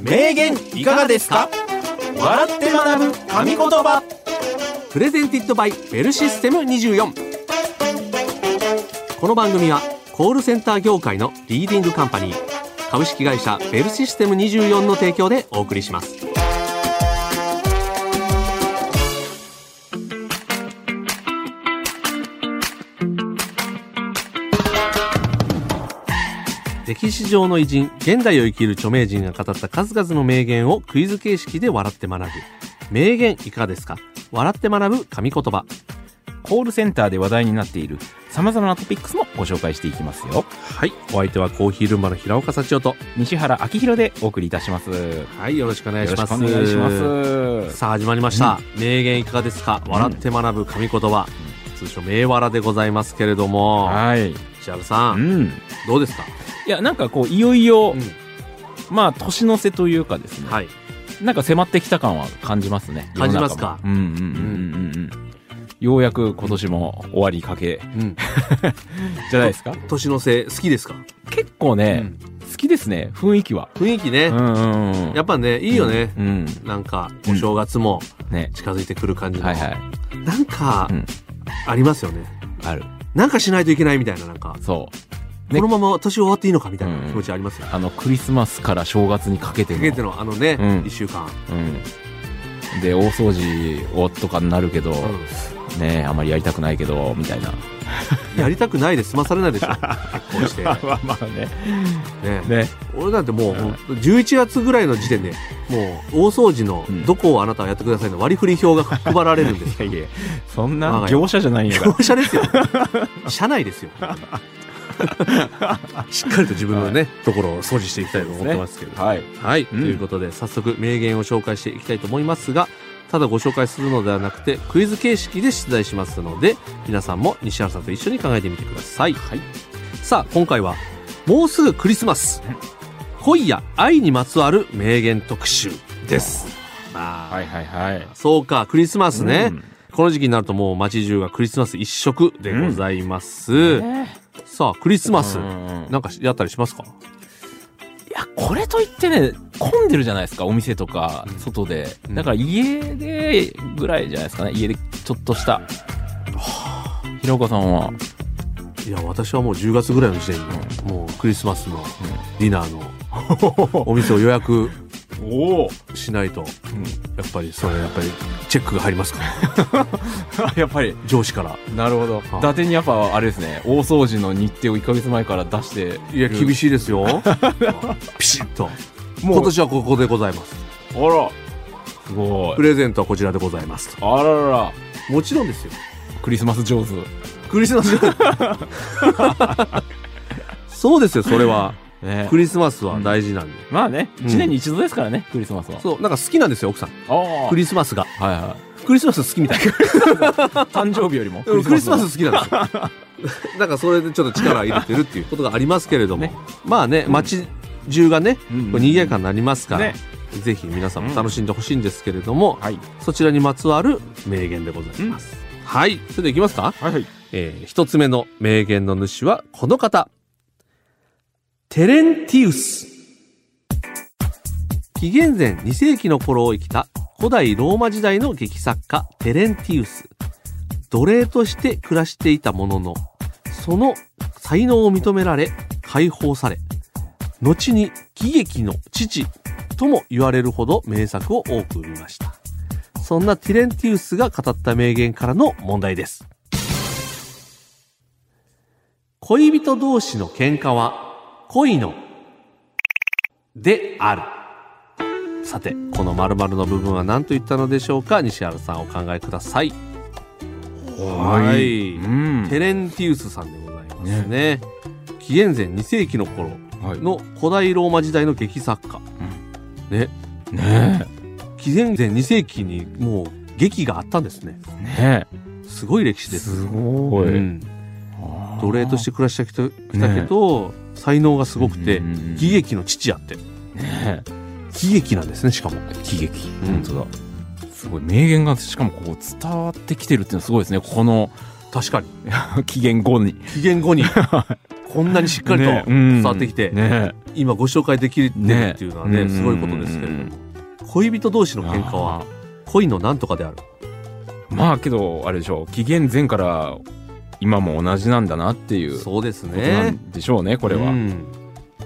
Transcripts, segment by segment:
名言いかがですか笑って学ぶ神言葉プレゼンティッドバイベルシステム24この番組はコールセンター業界のリーディングカンパニー株式会社ベルシステム24の提供でお送りします歴史上の偉人現代を生きる著名人が語った数々の名言をクイズ形式で笑って学ぶ名言いかがですか笑って学ぶ神言葉コールセンターで話題になっている様々なトピックスもご紹介していきますよ。はいお相手はコーヒールンバの平岡幸男と西原明宏でお送りいたします。はいよろしくお願いよしろましすくお願いします。さあ始まりました、名言いかがですか笑って学ぶ神言葉、通称名笑でございますけれども、はい。石原さうんん。どうですか、いや、なんかこう、いよいよ、うんまあ、年の瀬というかですね、はいなんか迫ってきた感は感じますね。感じますか世の中もうんうんうんうんうん。ようやく今年も終わりかけうん、じゃないですか年の瀬好きですか、結構ね、好きですね、雰囲気は。雰囲気ね、うんうんうん。やっぱねいいよね、うん。なんかうおん正月もね。近づいてくる感じの、はいはい。なんかうんありますよねある。なんかしないといけないみたいななんか、そう。ねこのまま年終わっていいのかみたいな気持ちありますよ、あの、クリスマスから正月にかけてかの。けてのあのね、一うん1週間、うん。で、大掃除をとかになるけど、うねえあまりやりたくないけど、みたいな。ん、やりたくないで済まされないでしょ結婚して、ね まあまあね。ね。俺なんてもう、うんほんと11月ぐらいの時点でもう大掃除のうんどこをあなたはやってくださいの割り振り表が配られるんですいやいや、そん我なが家業者じゃ ないん やから業。者ですよ社内 ですよしっかりと自分のね、ところを掃除していきたいと思ってますけど、はい。はい、うんということで早速名言を紹介していきたいと思いますがただご紹介するのではなくてクイズ形式で出題しますので皆さんも西原さんと一緒に考えてみてください、はい、さあ今回は「もうすぐクリスマス」恋や愛にまつわる名言特集です、まあはいはいはい。そうかクリスマスね、うんこの時期になるともう街中がクリスマス一色でございます、さあクリスマス、うんうんうんなんかやったりしますかいや、これといってね、混んでるじゃないですか、お店とか、外で。うんだから家でぐらいじゃないですかね、家でちょっとした。平岡さんは、いや私はもう10月ぐらいの時点に、もうクリスマスのディナーの お店を予約おお、しないとやっぱりそれやっぱりチェックが入りますから やっぱり、上司からなるほど。はい伊達にやっぱ、あれですね、大掃除の日程を1ヶ月前から出して。いや厳ししいですよ ピシッともう今年はここでございますい。あら、すごプい。レゼントはこちらでございますあららら、ともちろんですよクリスマス上手。クリスマス そうですよそれはねクリスマスは大事なんで、まあね、ん1年に一度ですからね、クリスマスは。そうなんか好きなんですよ奥さんああクリスマスがはいは い。クリスマス好きみたい誕生日よりも。クリスマのス好きなん ですよ。だからそれでちょっと力入れてるっていうことがありますけれども、ねまあね、街中がね、うんうんこう賑やかになりますから、ねぜひ皆さんも楽しんでほしいんですけれども、はい。そちらにまつわる名言でございます。はい、それでいきますか。はいはい。えー一つ目の名言の主はこの方。テレンティウス。紀元前2世紀の頃を生きた古代ローマ時代の劇作家テレンティウス。奴隷として暮らしていたものの、その才能を認められ解放され、後に喜劇の父とも言われるほど名作を多く生みました。そんなティレンティウスが語った名言からの問題です。恋人同士の喧嘩は恋のである。さて、この〇〇の部分は何と言ったのでしょうか西原さんお考えください。はいうん。テレンティウスさんでございますね。紀元前2世紀の頃はいの古代ローマ時代の劇作家。ね、ね紀元前2世紀にもう劇があったんですね。え。ねすごい歴史え。です。ごうん奴隷としてて暮らしてきたきたけど、才能がすごくて、うんうんうん喜劇の父やって。ねえ喜劇なんですね、しかも。喜劇、うん本当だすごい名言がしかもこう伝わってきてるっていうのすごいですねこの 確かに。紀元後に 紀元後に、こんなにしっかりとねえうん伝わってきて、ねえ今ご紹介できるってねいうのはねすごいことですけれども恋人同士の喧嘩は恋のなんとかであるまあけどあれでしょう紀元前から今も同じなんだなっていうこそうですとなねんでしょうねここれは、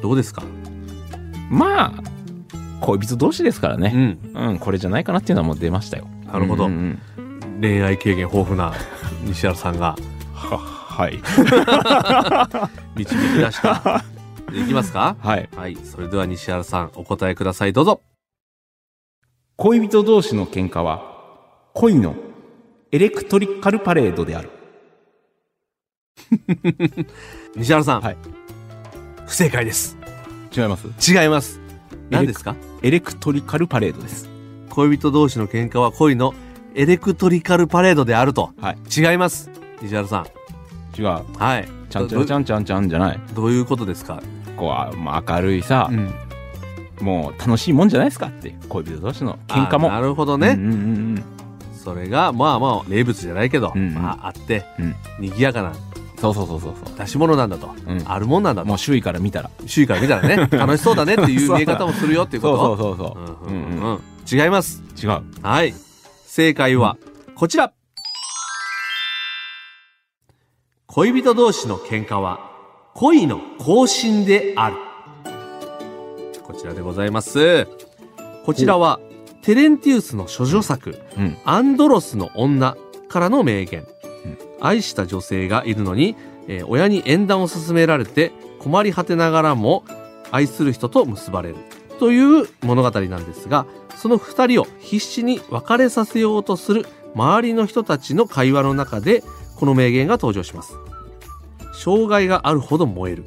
どうですかまあ恋人同士ですからうねんうん、これじゃないかなっていうのはもう出ましたよなるほど、うんうん恋愛経験豊富な西原さんがははい導き出した いきますかはいはいそれでは西原さんお答えくださいどうぞ恋人同士の喧嘩は恋のエレクトリカルパレードである西原さん、はい不正解です違います違います何何でですすかエレクトリカルパレードです恋人同士の喧嘩は恋のエレクトリカルパレードであると、はい違います西原さん違うはいちゃんちゃんちゃんちゃんちゃんじゃないどどういうことですか、こうあまあ明るいさ、もう楽しいもんじゃないですかっていう恋人同士の喧嘩あなもるほどね、うんうんうんうんそれがまあまあ名物じゃないけど、うんうんまああって、うん賑やかなそうそうそうそうそ出し物なんだと、う、うん、あるもんなんだともう周囲から見たら周囲から見たら ね楽しそうだねっていう見え方もするよっていうこそうとそうそうそう、ううんんううんんうん違います違うはい正解はこちら恋人同士の喧嘩は恋の更新であるこちらでございますこちらはテレンティウスの処女作うんアンドロスの女からの名言、うん愛した女性がいるのに、えー親に縁談を勧められて困り果てながらも愛する人と結ばれるという物語なんですがその二人を必死に別れさせようとする周りの人たちの会話の中でこの名言が登場します障害があるほど燃える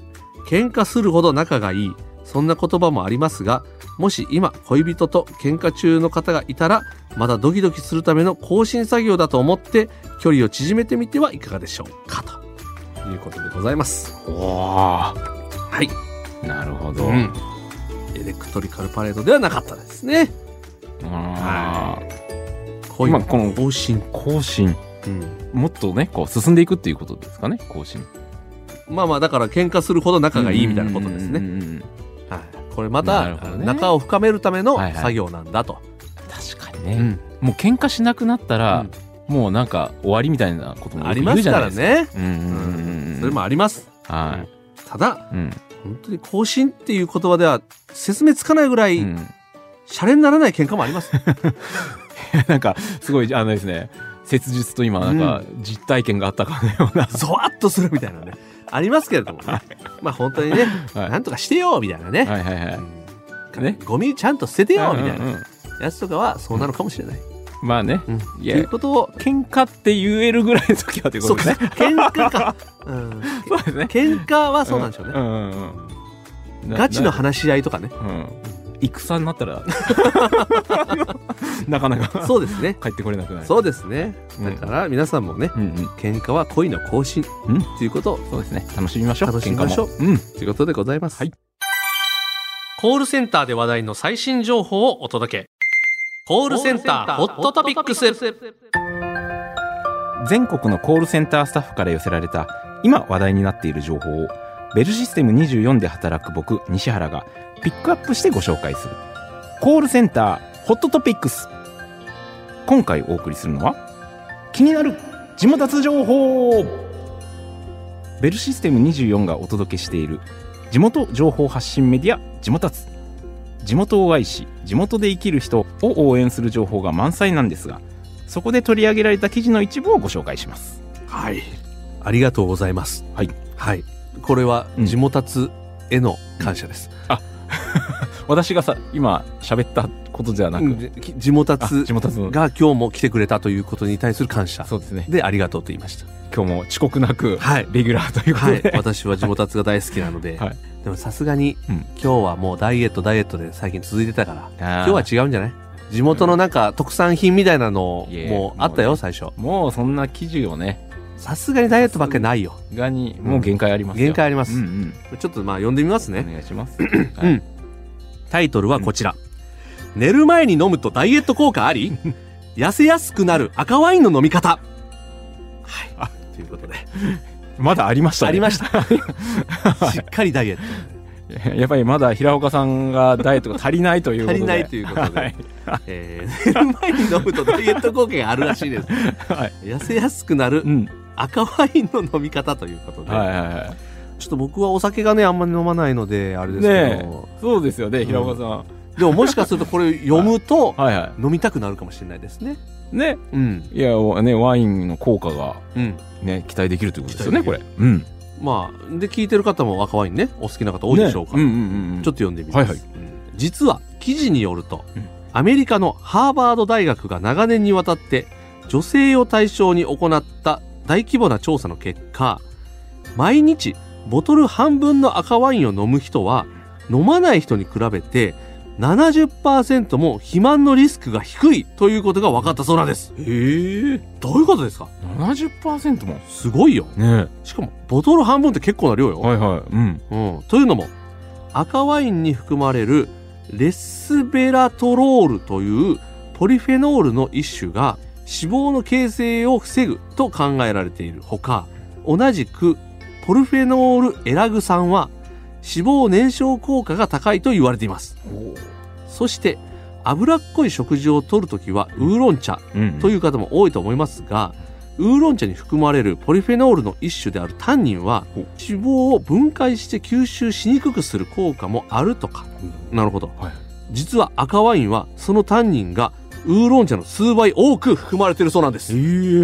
喧嘩するほど仲がいいそんな言葉もありますがもし今恋人と喧嘩中の方がいたらまだドキドキするための更新作業だと思って距離を縮めてみてはいかがでしょうかということでございますおおはい、なるほど、うんエレクトリカルパレードではなかったですねあー恋のこの更新、更新うんもっとねこう進んでいくっていうことですかね更新まあまあだから喧嘩するほど仲がいいみたいなことですうんね、うんうんうんはい、これまなたるほどね仲を深めるためのはいはい作業なんだと、確かにね、うんもう喧嘩しなくなったら、もうなんか終わりみたいなこともあよりくま言うすじゃかないらですかね、うんううんうんうんん、それもありますはただい、うん本当に更新っていう言葉では説明つかないぐらい、うん、シャレにならない喧嘩もあります なんかすごいあのですね切実と今なんか実体験があったかのような、ゾワッとするみたいなね。ありますけれどもね。まあ本当にね、はいなんとかしてよみたいなね。 はいはいはい、うんねゴミちゃんと捨ててよみたいうんうんなうんやつとかはそうなのかもしれない。まあねうんいやということを、喧嘩って言えるぐらいの時はというこそうとか、ですね喧嘩か。うん そうですね喧嘩はそうなんでしょうね。んんうんうんなガチの話し合いとかね。なうん戦になったら なかなかそうですね。帰ってこれなくなるそうですね。うんだから皆さんもね、うんうん喧嘩は恋の更新うんということをそうですね楽しみましょう楽しみましょう喧嘩もうんということでございます。はいコールセンターで話題の最新情報をお届け。コールセンターホットトピックス。全国のコールセンタースタッフから寄せられた今話題になっている情報をベルシステム24で働く僕西原がピックアップしてご紹介するコールセンターホットトピックス今回お送りするのは気になる地元脱情報ベルシステム24がお届けしている地元情報発信メディア地元脱地元を愛し地元で生きる人を応援する情報が満載なんですがそこで取り上げられた記事の一部をご紹介します。はい。ありがとうございます。はい。はい。これは、うん地元達への感謝です。私がさ、今喋ったことではなく、うんき地元あ達地元のが今日も来てくれたということに対する感謝そうですね。でありがとうと言いました。今日も遅刻なく、はい。レギュラーというこは といで、。私は地元達が大好きなの で、はいでもさすがに、うん今日はもうダイエットダイエットで最近続いてたから、今今日は違うんじゃない地元のなんか特産品みたいなのいえもうあったもよう最初もうそんな記事をね、さすがにダイエットばっかりないよがにもう限界ありますよ。限界ありますうんうん。ちょっとまあ読んでみますおね願いし ます。はいタイトルはこちら、寝る前に飲むとダイエット効果あ り痩せやすくなる赤ワインの飲み方はいということでまだありましたね。。ありました しっかりダイエットやっぱりまだ平岡さんがダイエットが足りないということ足でりないということで、はいえー寝る前に飲むとダイエット効果があるらしい です。はい痩せやすくなるうん赤ワインの飲み方ということで、はいはいはいちょっと僕はお酒がねあんまり飲まないのであれですけど、そうですよね平岡さん、でももしかするとこれ読むと はいは飲みたくなるかもしれないですね。いねうんいやねワインの効果がうん。ね期待できるということですよね期こ待れうんまあで聞いてる方も赤ワインねお好きな方多いでしょうから、ねんうんうんちょっと読んでみます。はいはいうん実は記事によると、うんアメリカのハーバード大学が長年にわたって女性を対象に行った大規模な調査の結果、毎日ボトル半分の赤ワインを飲む人は飲まない人に比べて70%も肥満のリスクが低いということが分かったそうなんです。ええどういうことですか70%もすごいよ。ねしかもボトル半分って結構な量よ。はいはいうんうん、というのも赤ワインに含まれるレスベラトロールというポリフェノールの一種が脂肪の形成を防ぐと考えられているほか同じくポルフェノールエラグ酸は脂肪燃焼効果が高いと言われていますそして脂っこい食事をとるときはウーロン茶うんという方も多いと思いますが、ウーロン茶に含まれるポリフェノールの一種であるタンニンはお脂肪を分解して吸収しにくくする効果もあるとかなるほど、はい実は赤ワインはそのタンニンがウーロン茶の数倍多く含まれているそうなんでええ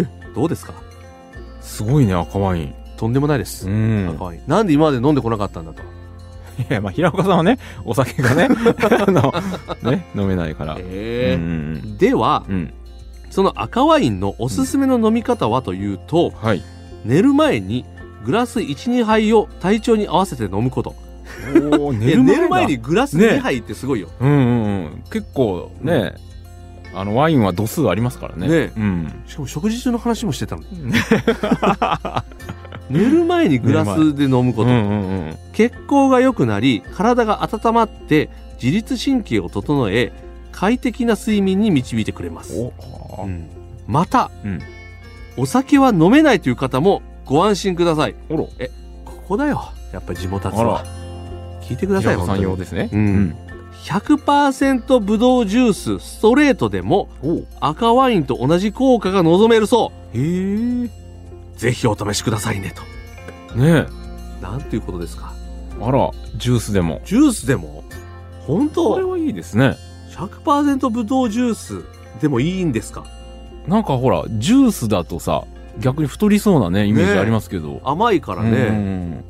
すどうですかすごいね赤ワインとんでもないです、ん赤ワインなんで今まで飲んでこなかったんだと、いやまあ平岡さんはねお酒が ねあのね飲めないから、うえんではうんうんその赤ワインのおすすめの飲み方はというと、はい寝る前にグラス12杯を体調に合わせて飲むことおーい寝やる前寝だる前にグラスね2杯ってすごいよ、うんうんうん結構ね、あのワインは度数ありますからねねうんしかも食事中の話もしてたの寝る前にグラスで飲むこと、うんうんうん血行が良くなり体が温まって自律神経を整え快適な睡眠に導いてくれます、おうんまた、うんお酒は飲めないという方もご安心くださいおらここだよやっぱり地元たちあはら聞いてください平岡さん用ですねうん100%ぶどうジュースストレートでもおへ赤ワインと同じ効果が望めるそえうぜひお試しくださいねとねえなんていうことですかあらジュースでもジュースでも本これ当はいいですね100%ぶどうジュースでもいいんですかなんかほらジュースだとさ逆に太りそうなねイメージありますけど、甘いからうんうね、ん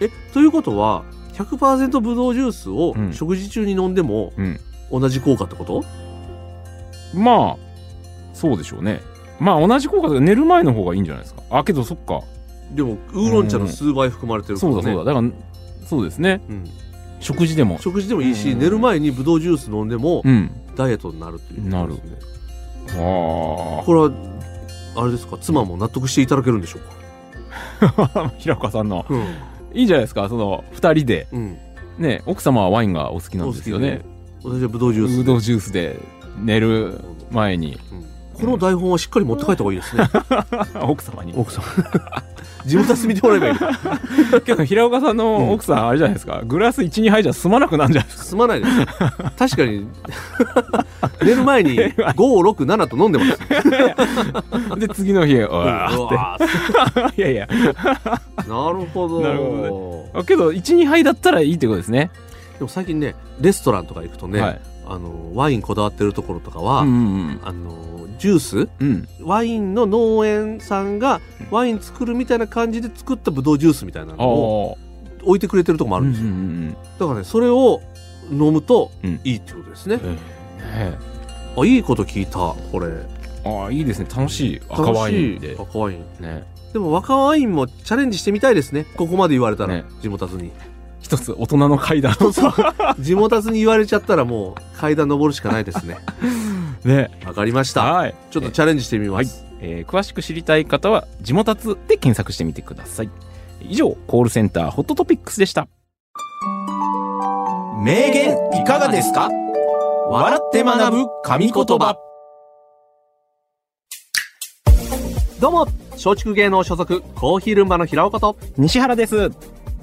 えということは100%ぶどうジュースをうん食事中に飲んでもうん同じ効果ってこと、うんまあそうでしょうねまあ同じ効果で寝る前の方がいいんじゃないですかあけどそっかでもウーロン茶の数倍含まれてるから、そねうだそうだだからそうですねうん食事でも食事でもいいし、うん寝る前にぶどうジュース飲んでもうんダイエットになるということですねあこれはあれですか妻も納得していただけるんでしょうかあ 平岡さんのうん、いいじゃないですかその2人でうん、ね奥様はワインがお好きなんですよねお好きで私はぶどうジュースウドウジュースで寝る前にうんこの台本はしっかり持って帰った方がいいですね 奥様に奥さん 自分たち見てもらえばいいけど平岡さんの奥さんあれじゃないですか、グラス12杯じゃ済まなくなんじゃないですかすまないです確 かに 寝る前に567と飲ん でますで次の日わうわーー いやいやなるほどなるほけど12杯だったらいいってことですねでも最近ねレストランとか行くとね、はいあのワインこだわってるところとかは、うんうんあのジュースうんワインの農園さんがワイン作るみたいな感じで作ったブドウジュースみたいなあのあを置いてくれてるとこもあるんですよ、んだからねそれを飲むとうんいいってことですね、うんねあいいこと聞いたこれああいいですね楽しい赤ワインで楽しい赤ワインねでも若ワインもチャレンジしてみたいですねここまで言われたら、ね地元達に一つ大人の階段そうそう地元達に言われちゃったらもう階段登るしかないですねねわかりましたはいちょっとチャレンジしてみます、えー詳しく知りたい方は「地元達」で検索してみてください以上コールセンターホットトピックスでした名言いかがですか笑って学ぶ神言葉どうも松竹芸能所属コーヒールンバの平岡と西原です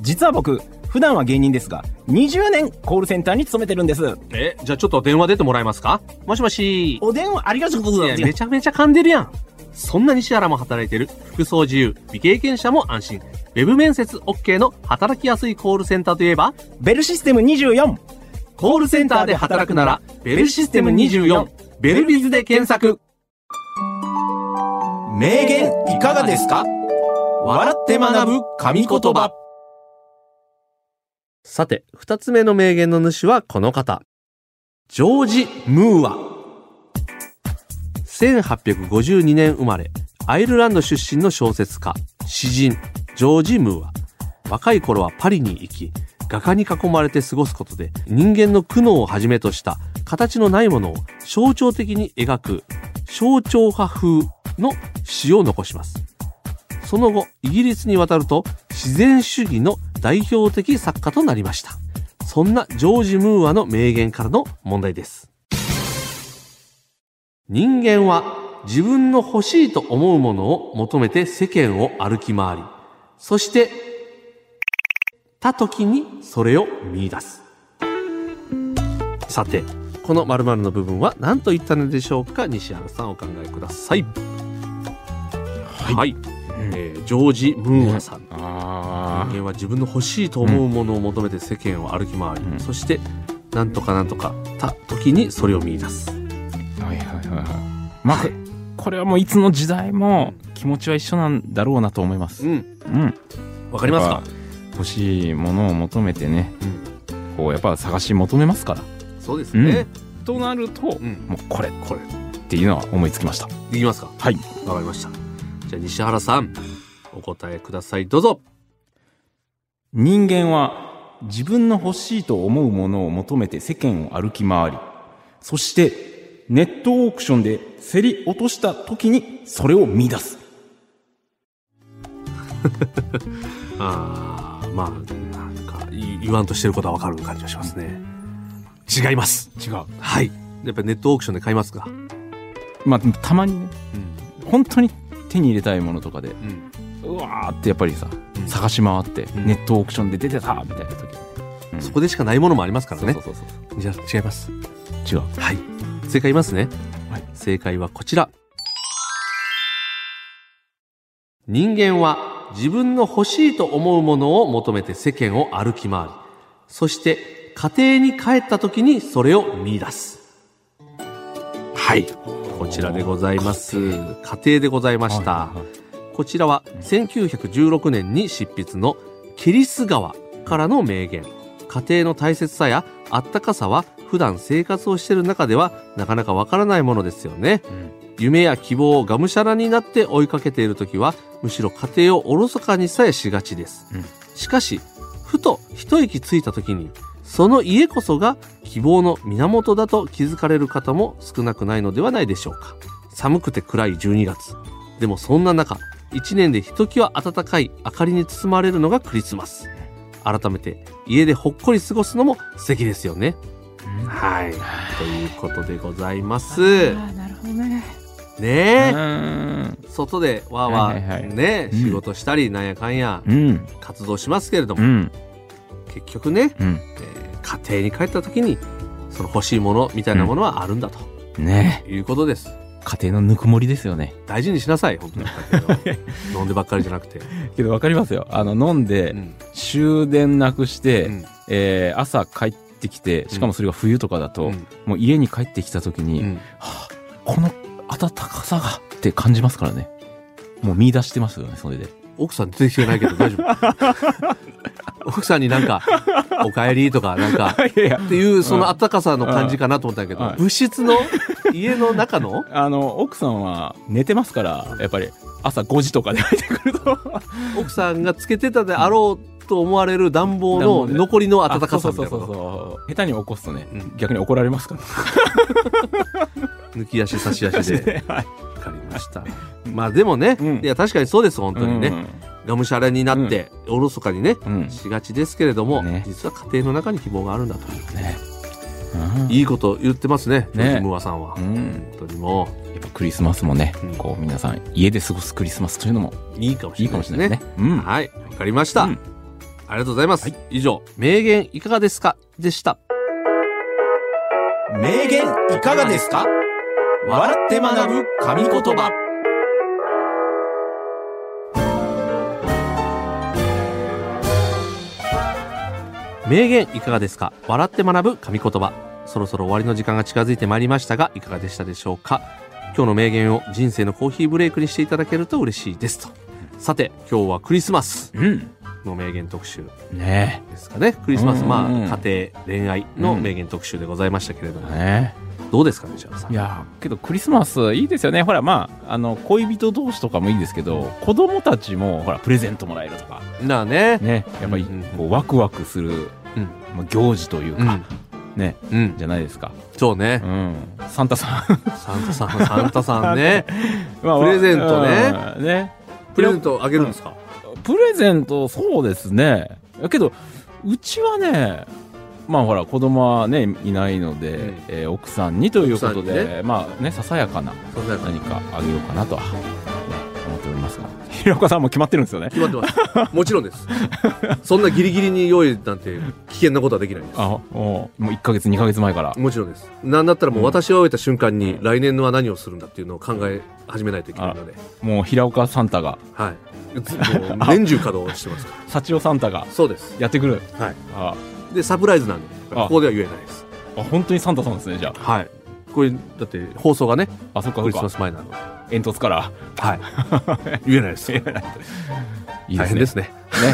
実は僕普段は芸人ですが、20年コールセンターに勤めてるんです。え、じゃあちょっと電話出てもらえますかもしもし。お電話ありがとういございや、まめす。ちゃめちゃ噛んでるやん。そんな西原も働いてる、服装自由、未経験者も安心。ウェブ面接 OK の働きやすいコールセンターといえば、ベルシステム24。コールセンターで働くなら、ベルシステム24、ベルビズで検索。名言いかがですか笑って学ぶ神言葉。さて、二つ目の名言の主はこの方。ジョージ・ムーア。1852年生まれ、アイルランド出身の小説家、詩人、ジョージ・ムーア。若い頃はパリに行き、画家に囲まれて過ごすことで、人間の苦悩をはじめとした形のないものを象徴的に描く、象徴派風の詩を残します。その後、イギリスに渡ると、自然主義の代表的作家となりました。そんなジョージ・ムーアの名言からの問題です。人間は自分の欲しいと思うものを求めて世間を歩き回り、そして、た時にそれを見出す。さて、この〇〇の部分は何と言ったのでしょうか西原さんお考えください。はい、えージョージ・ムーアさんあ人間は自分の欲しいと思うものを求めて世間を歩き回り、うんそしてなんとかなんとかた時にそれを見出すあ。はいはいはいはい。はまいあ、これはもういつの時代も気持ちは一緒なんだろうなと思います。んうん。わかりますか、欲しいものを求めてね、うん、こうやっぱ探し求めますから。そうですね、となると、うんもうこれっこれていうのは思いつきました。できますかはい。わかりましたじゃあ西原さんお答えくださいどうぞ人間は自分の欲しいと思うものを求めて世間を歩き回り、そしてネットオークションで競り落とした時にそれを見出す。あーまあなんかい言わんとしてることはわかる感じがしますね違います違う。はいやっぱりネットオークションで買いますかまあ、でもたまにね、本当に手に入れたいものとかで、うん、うん、うわーってやっぱりさ、うん探し回って、んネットオークションで出てたみたいな時。うんそこでしかないものもありますからねそうそうそうじゃあ違いますそう。違う。はい。正解言いますね。はい正解はこちら。人間は自分の欲しいと思うものを求めて世間を歩き回り、そして家庭に帰った時にそれを見出す。はい。こちらでございます。家庭でございました。はいはいはいこちらは1916年に執筆のケリス川からの名言。家庭の大切さやあったかさは普段生活をしている中ではなかなかわからないものですよね。夢や希望をがむしゃらになって追いかけている時はむしろ家庭をおろそかにさえしがちです、うんしかしふと一息ついた時にその家こそが希望の源だと気づかれる方も少なくないのではないでしょうか寒くて暗い12月でもそんな中一年でひときわ暖かい明かりに包まれるのがクリスマス改めて家でほっこり過ごすのも素敵ですよね、はいということでございますああ、なるほどね。ねうえ、ーん。外でわーわはいはいーはいね、うん仕事したりなんやかんやうん。活動しますけれどうも、ん。結局ね、うん。えー家庭に帰った時にその欲しいものみたいなものはあるんだとねえいうことです。家庭のぬくもりですよね。大事にしなさい本当に家 庭は飲んでばっかりじゃなくて、けどわかりますよ。あの、飲んで、うん終電なくして、うんえー朝帰ってきてしかもそれが冬とかだと、うんもう家に帰ってきた時に、うんはあこの暖かさがって感じますからねもう見出してますよねそれで奥さん出てきてないけど大丈夫 奥さんになんか「おかえり」とかなんかいやいやっていうその温かさの感じかなと思ったんやけど、はい物質の家の中のあの奥さんは寝てますからやっぱり朝5時とかで入ってくると奥さんがつけてたであろうと思われる暖房の残りの暖かさみたいなあそうそうそうことそう下手に起こすとね、うん逆に怒られますから抜き足差し足ではい分かりましたまあでもね、 うんいや確かにそうです本当にね、がむしゃらになって、おろそかにねうん、うんしがちですけれども、ね実は家庭の中に希望があるんだとねうんいいこと言ってますねねねムーアさんは、うん本当にもやっぱクリスマスもね、うんこう皆さん家で過ごすクリスマスというのもういいかもしいいれかないですもしれないねですね。うんはいわかりました、うんありがとうございます。以上、名言いかがですかでした。名言いかがですか笑って学ぶ神言葉。名言いかがですか笑って学ぶ神言葉。そろそろ終わりの時間が近づいてまいりましたが、いかがでしたでしょうか今日の名言を人生のコーヒーブレイクにしていただけると嬉しいですと。さて、今日はクリスマスうん。の名言特集ねですかね。クリスマス、うんまうんあ、家庭、恋愛の名言特集でございましたけれども、え。ねどうですかね、じゃあさえ。んい。やーけどクリスマスいいですよね。ほら、まあ、あの、恋人同士とかもいいですけど、子供たちも、ほら、プレゼントもらえるとか、なあね。ね、やっぱりうんうんうん、こう、ワクワクする、うんまあ、行事といううかん、。ね、うん。じゃないですか。そうねう。ん。サンタさ ん。サンタさん、サンタさん ね。まあプレゼントね。うんね。プレゼントあげるんですかプレゼント、そうですね。けど、うちはね、まあほら、子供はね、いないので、うんえー奥さんにということ奥さで、んにまあね、ささやかなそうだよね何かあげようかなとは、ね、思っておりますが。平岡さんも決まってるんですよね。決まってます。もちろんです。そんなギリギリに用意なんて危険なことはできないです。あ、もう、もう1ヶ月、2ヶ月前から。もちろんです。なんだったらもう私を終えた瞬間に来年のは何をするんだっていうのを考え始めないといけないので、もう平岡サンタが、はい。ずもう年中稼働してます から。幸男サンタが、そうです。やってくる。はい。あ、で、サプライズなんで、あここでは言えないです。あ本当にサンタさんですね、じゃはい。これ、だって放送がね、あ。あ、そっか、クリそっスマか。ス前なので。煙突から。 はい。言えないです。いいで大す変ねで。すね。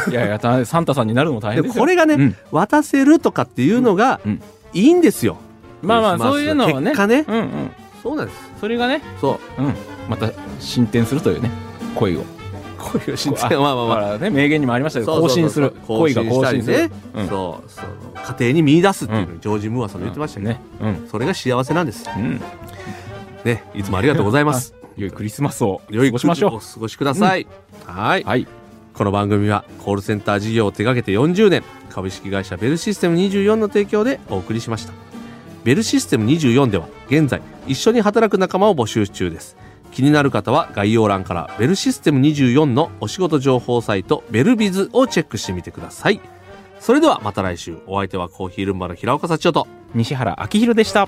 ねいやいや、たサンタさんになるのもで大変でもすよこ。れがね、うん渡せるとかっていうのがうんいいんですよ。まあまあクリスマスそういうのはね結果ね。うんうん。そうなんです。それがね、そう。うん、また進展するというね恋を恋を信じて、まあまあまあ。まあね名言にもありましたけど更新する更恋が新し更た新りするね。うんそう、その家庭に見出すっていうのにジョージ・ムーアさんの言ってましたけど、ねうんそれが幸せなんです。うんね、いつもありがとうございます。良いクリスマスを良い過ごしましおょ過ごしください。はい。うはいこの番組はコールセンター事業を手掛けて40年株式会社ベルシステム24の提供でお送りしましたベルシステム24では現在一緒に働く仲間を募集中です気になる方は概要欄からベルシステム24のお仕事情報サイトベルビズをチェックしてみてくださいそれではまた来週お相手はコーヒールンバの平岡幸男と西原明宏でした